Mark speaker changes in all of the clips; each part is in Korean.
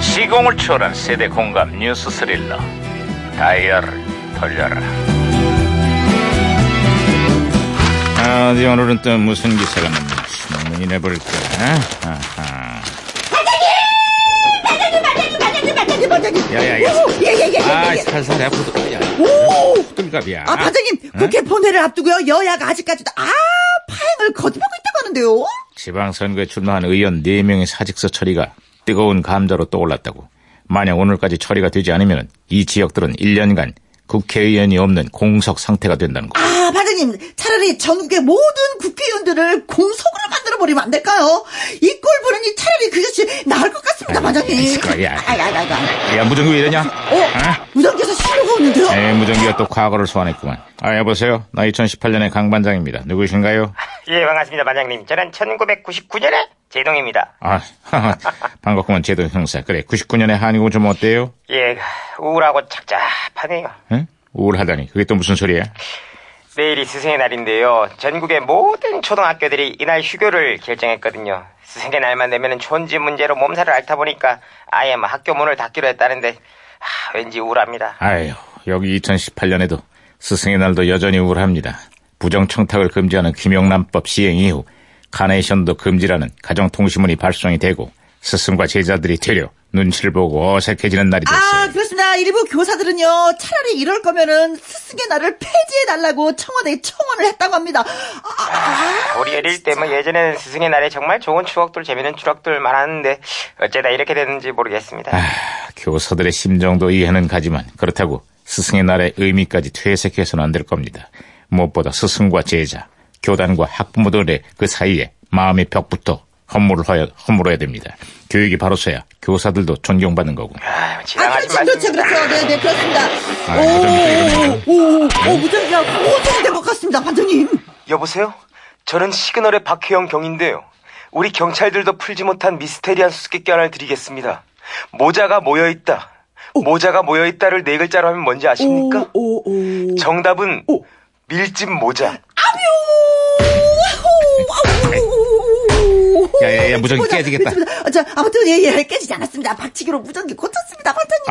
Speaker 1: 시공을 초월한 세대 공감 뉴스 스릴러 다이얼을 돌려라 아, 어디 오늘은 또 무슨 기사가 났나 신문이나 볼까 아하.
Speaker 2: 반장님, 반장님, 반장님.
Speaker 1: 야, 야, 야.
Speaker 2: 오, 예, 예, 예, 예,
Speaker 1: 아
Speaker 2: 예.
Speaker 1: 살살 해 호들갑이야
Speaker 2: 오!
Speaker 1: 호들갑이야
Speaker 2: 아, 반장님, 국회 본회를 앞두고요. 여야가 아직까지도, 아, 파행을 거듭하고 있다고 하는데요.
Speaker 1: 지방선거에 출마한 의원 4명의 사직서 처리가 뜨거운 감자로 떠올랐다고. 만약 오늘까지 처리가 되지 않으면 이 지역들은 1년간 국회의원이 없는 공석 상태가 된다는 거.
Speaker 2: 아, 반장님, 차라리 전국의 모든 국회의원들을 공석으로 만들어버리면 안 될까요? 이 꼴 보느니 차라리 그것이 나을 것 같습니다,
Speaker 1: 아이,
Speaker 2: 반장님.
Speaker 1: 시끄러워, 야.
Speaker 2: 아이, 아이, 아이, 아이.
Speaker 1: 야, 무전기 왜 이러냐?
Speaker 2: 어?
Speaker 1: 어?
Speaker 2: 무전기에서 신호가 오는데요?
Speaker 1: 에 무전기가 또 과거를 소환했구만. 아, 여보세요? 나 2018년의 강반장입니다. 누구신가요?
Speaker 3: 예, 반갑습니다, 반장님. 저는 1999년에 제동입니다.
Speaker 1: 아, 반갑구만, 제도 형사. 그래, 99년의 한국은 좀 어때요?
Speaker 3: 예, 우울하고 착잡하네요.
Speaker 1: 응? 우울하다니. 그게 또 무슨 소리야?
Speaker 3: 내일이 스승의 날인데요. 전국의 모든 초등학교들이 이날 휴교를 결정했거든요. 스승의 날만 되면 존지 문제로 몸살을 앓다 보니까 아예 막 학교 문을 닫기로 했다는데 아, 왠지 우울합니다.
Speaker 1: 아휴, 여기 2018년에도 스승의 날도 여전히 우울합니다. 부정청탁을 금지하는 김영란법 시행 이후 카네이션도 금지라는 가정통신문이 발송이 되고 스승과 제자들이 되려 눈치를 보고 어색해지는 날이 됐어요.
Speaker 2: 아, 그렇습니다. 일부 교사들은요, 차라리 이럴 거면은 스승의 날을 폐지해달라고 청원에 청원을 했다고 합니다. 아, 아, 아.
Speaker 3: 우리 어릴 때 뭐 예전에는 스승의 날에 정말 좋은 추억들, 재밌는 추억들 많았는데 어째다 이렇게 됐는지 모르겠습니다.
Speaker 1: 아, 교사들의 심정도 이해는 가지만 그렇다고 스승의 날의 의미까지 퇴색해서는 안 될 겁니다. 무엇보다 스승과 제자, 교단과 학부모들의 그 사이에 마음의 벽부터 허물을 허야, 허물어야 됩니다. 교육이 바로서야 교사들도 존경받는 거고.
Speaker 3: 아,
Speaker 2: 아,
Speaker 3: 지나가지
Speaker 2: 그렇죠, 그렇죠,
Speaker 3: 말입니다.
Speaker 2: 그렇죠. 네, 네, 그렇습니다.
Speaker 1: 아, 무전기
Speaker 2: 오, 오, 오, 오, 무전기가 고정이 된것 같습니다, 반장님.
Speaker 3: 여보세요? 저는 시그널의 박혜영 경인데요. 우리 경찰들도 풀지 못한 미스테리한 수수께끼 하나를 드리겠습니다. 모자가 모여있다. 모자가 모여있다를 네 글자로 하면 뭔지 아십니까?
Speaker 2: 오, 오, 오.
Speaker 3: 정답은
Speaker 2: 오.
Speaker 3: 밀짚 모자.
Speaker 2: 아뮤! 아우, 아우.
Speaker 1: 야, 야, 야, 무전기
Speaker 2: 모자,
Speaker 1: 깨지겠다.
Speaker 2: 그렇습니다. 아, 저, 아무튼, 예, 예, 깨지지 않았습니다. 박치기로 무전기 고쳤습니다,
Speaker 1: 아,
Speaker 2: 반장님.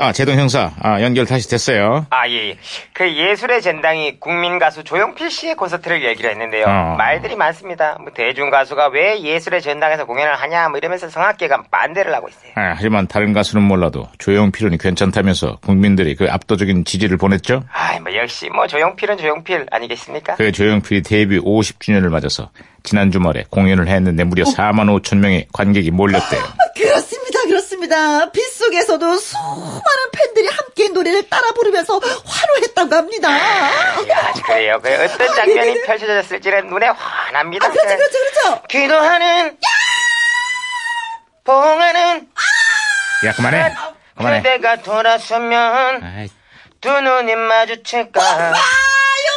Speaker 1: 아, 아, 아, 제동 형사, 아, 연결 다시 됐어요.
Speaker 3: 아, 예, 예. 그 예술의 젠당이 국민 가수 조용필 씨의 콘서트를 얘기를 했는데요.
Speaker 1: 어.
Speaker 3: 말들이 많습니다. 뭐 대중 가수가 왜 예술의 젠당에서 공연을 하냐, 뭐 이러면서 성악계가 반대를 하고 있어요.
Speaker 1: 아, 하지만 다른 가수는 몰라도 조용필은 괜찮다면서 국민들이 그 압도적인 지지를 보냈죠.
Speaker 3: 아, 뭐 역시 뭐 조용필은 조용필 아니겠습니까?
Speaker 1: 그 조용필이 데뷔 50주년을 맞아서 지난 주말에 공연을 했는데 무려 4만 5천 명의 관객이 몰렸대요.
Speaker 2: 아, 그렇습니다, 그렇습니다. 빗속에서도 수많은 팬들이 함께 노래를 따라 부르면서 화로했다고 합니다.
Speaker 3: 야, 그래요. 그 어떤
Speaker 2: 아, 네, 네,
Speaker 3: 장면이
Speaker 2: 네.
Speaker 3: 펼쳐졌을지는 눈에 환합니다. 네.
Speaker 2: 아,
Speaker 1: 네.
Speaker 2: 그렇죠, 그렇죠, 그렇죠.
Speaker 3: 기도하는 봉하는
Speaker 1: 야, 그만해. 그만해.
Speaker 2: 네,
Speaker 1: 네.
Speaker 3: 그대가 돌아서면
Speaker 1: 아이,
Speaker 3: 두 눈이
Speaker 2: 어, 뭐?
Speaker 3: 마주칠까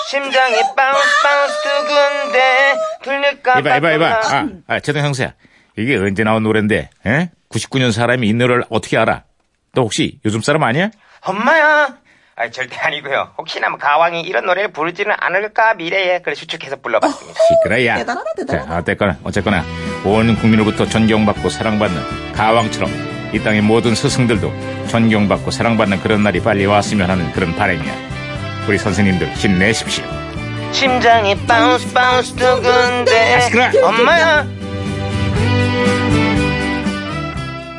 Speaker 3: 심장이 바운스 바운스 두근데 들릴까
Speaker 1: 이봐, 이봐, 이봐. 아, 아, 제동 형사. 이게 언제 나온 노래인데, 에? 99년 사람이 이 노래를 어떻게 알아? 너 혹시 요즘 사람 아니야?
Speaker 3: 엄마야 아 절대 아니고요 혹시나 뭐 가왕이 이런 노래를 부르지는 않을까 미래에 그래 추측해서 불러봤습니다
Speaker 1: 시끄러야.
Speaker 2: 대단하다, 대단하다.
Speaker 1: 자, 어쨌거나, 어쨌거나, 온 국민으로부터 존경받고 사랑받는 가왕처럼 이 땅의 모든 스승들도 존경받고 사랑받는 그런 날이 빨리 왔으면 하는 그런 바람이야. 우리 선생님들 힘내십시오.
Speaker 2: 어.
Speaker 3: 심장이 바운스 바운스 두근데
Speaker 1: 시끄러워.
Speaker 3: 엄마야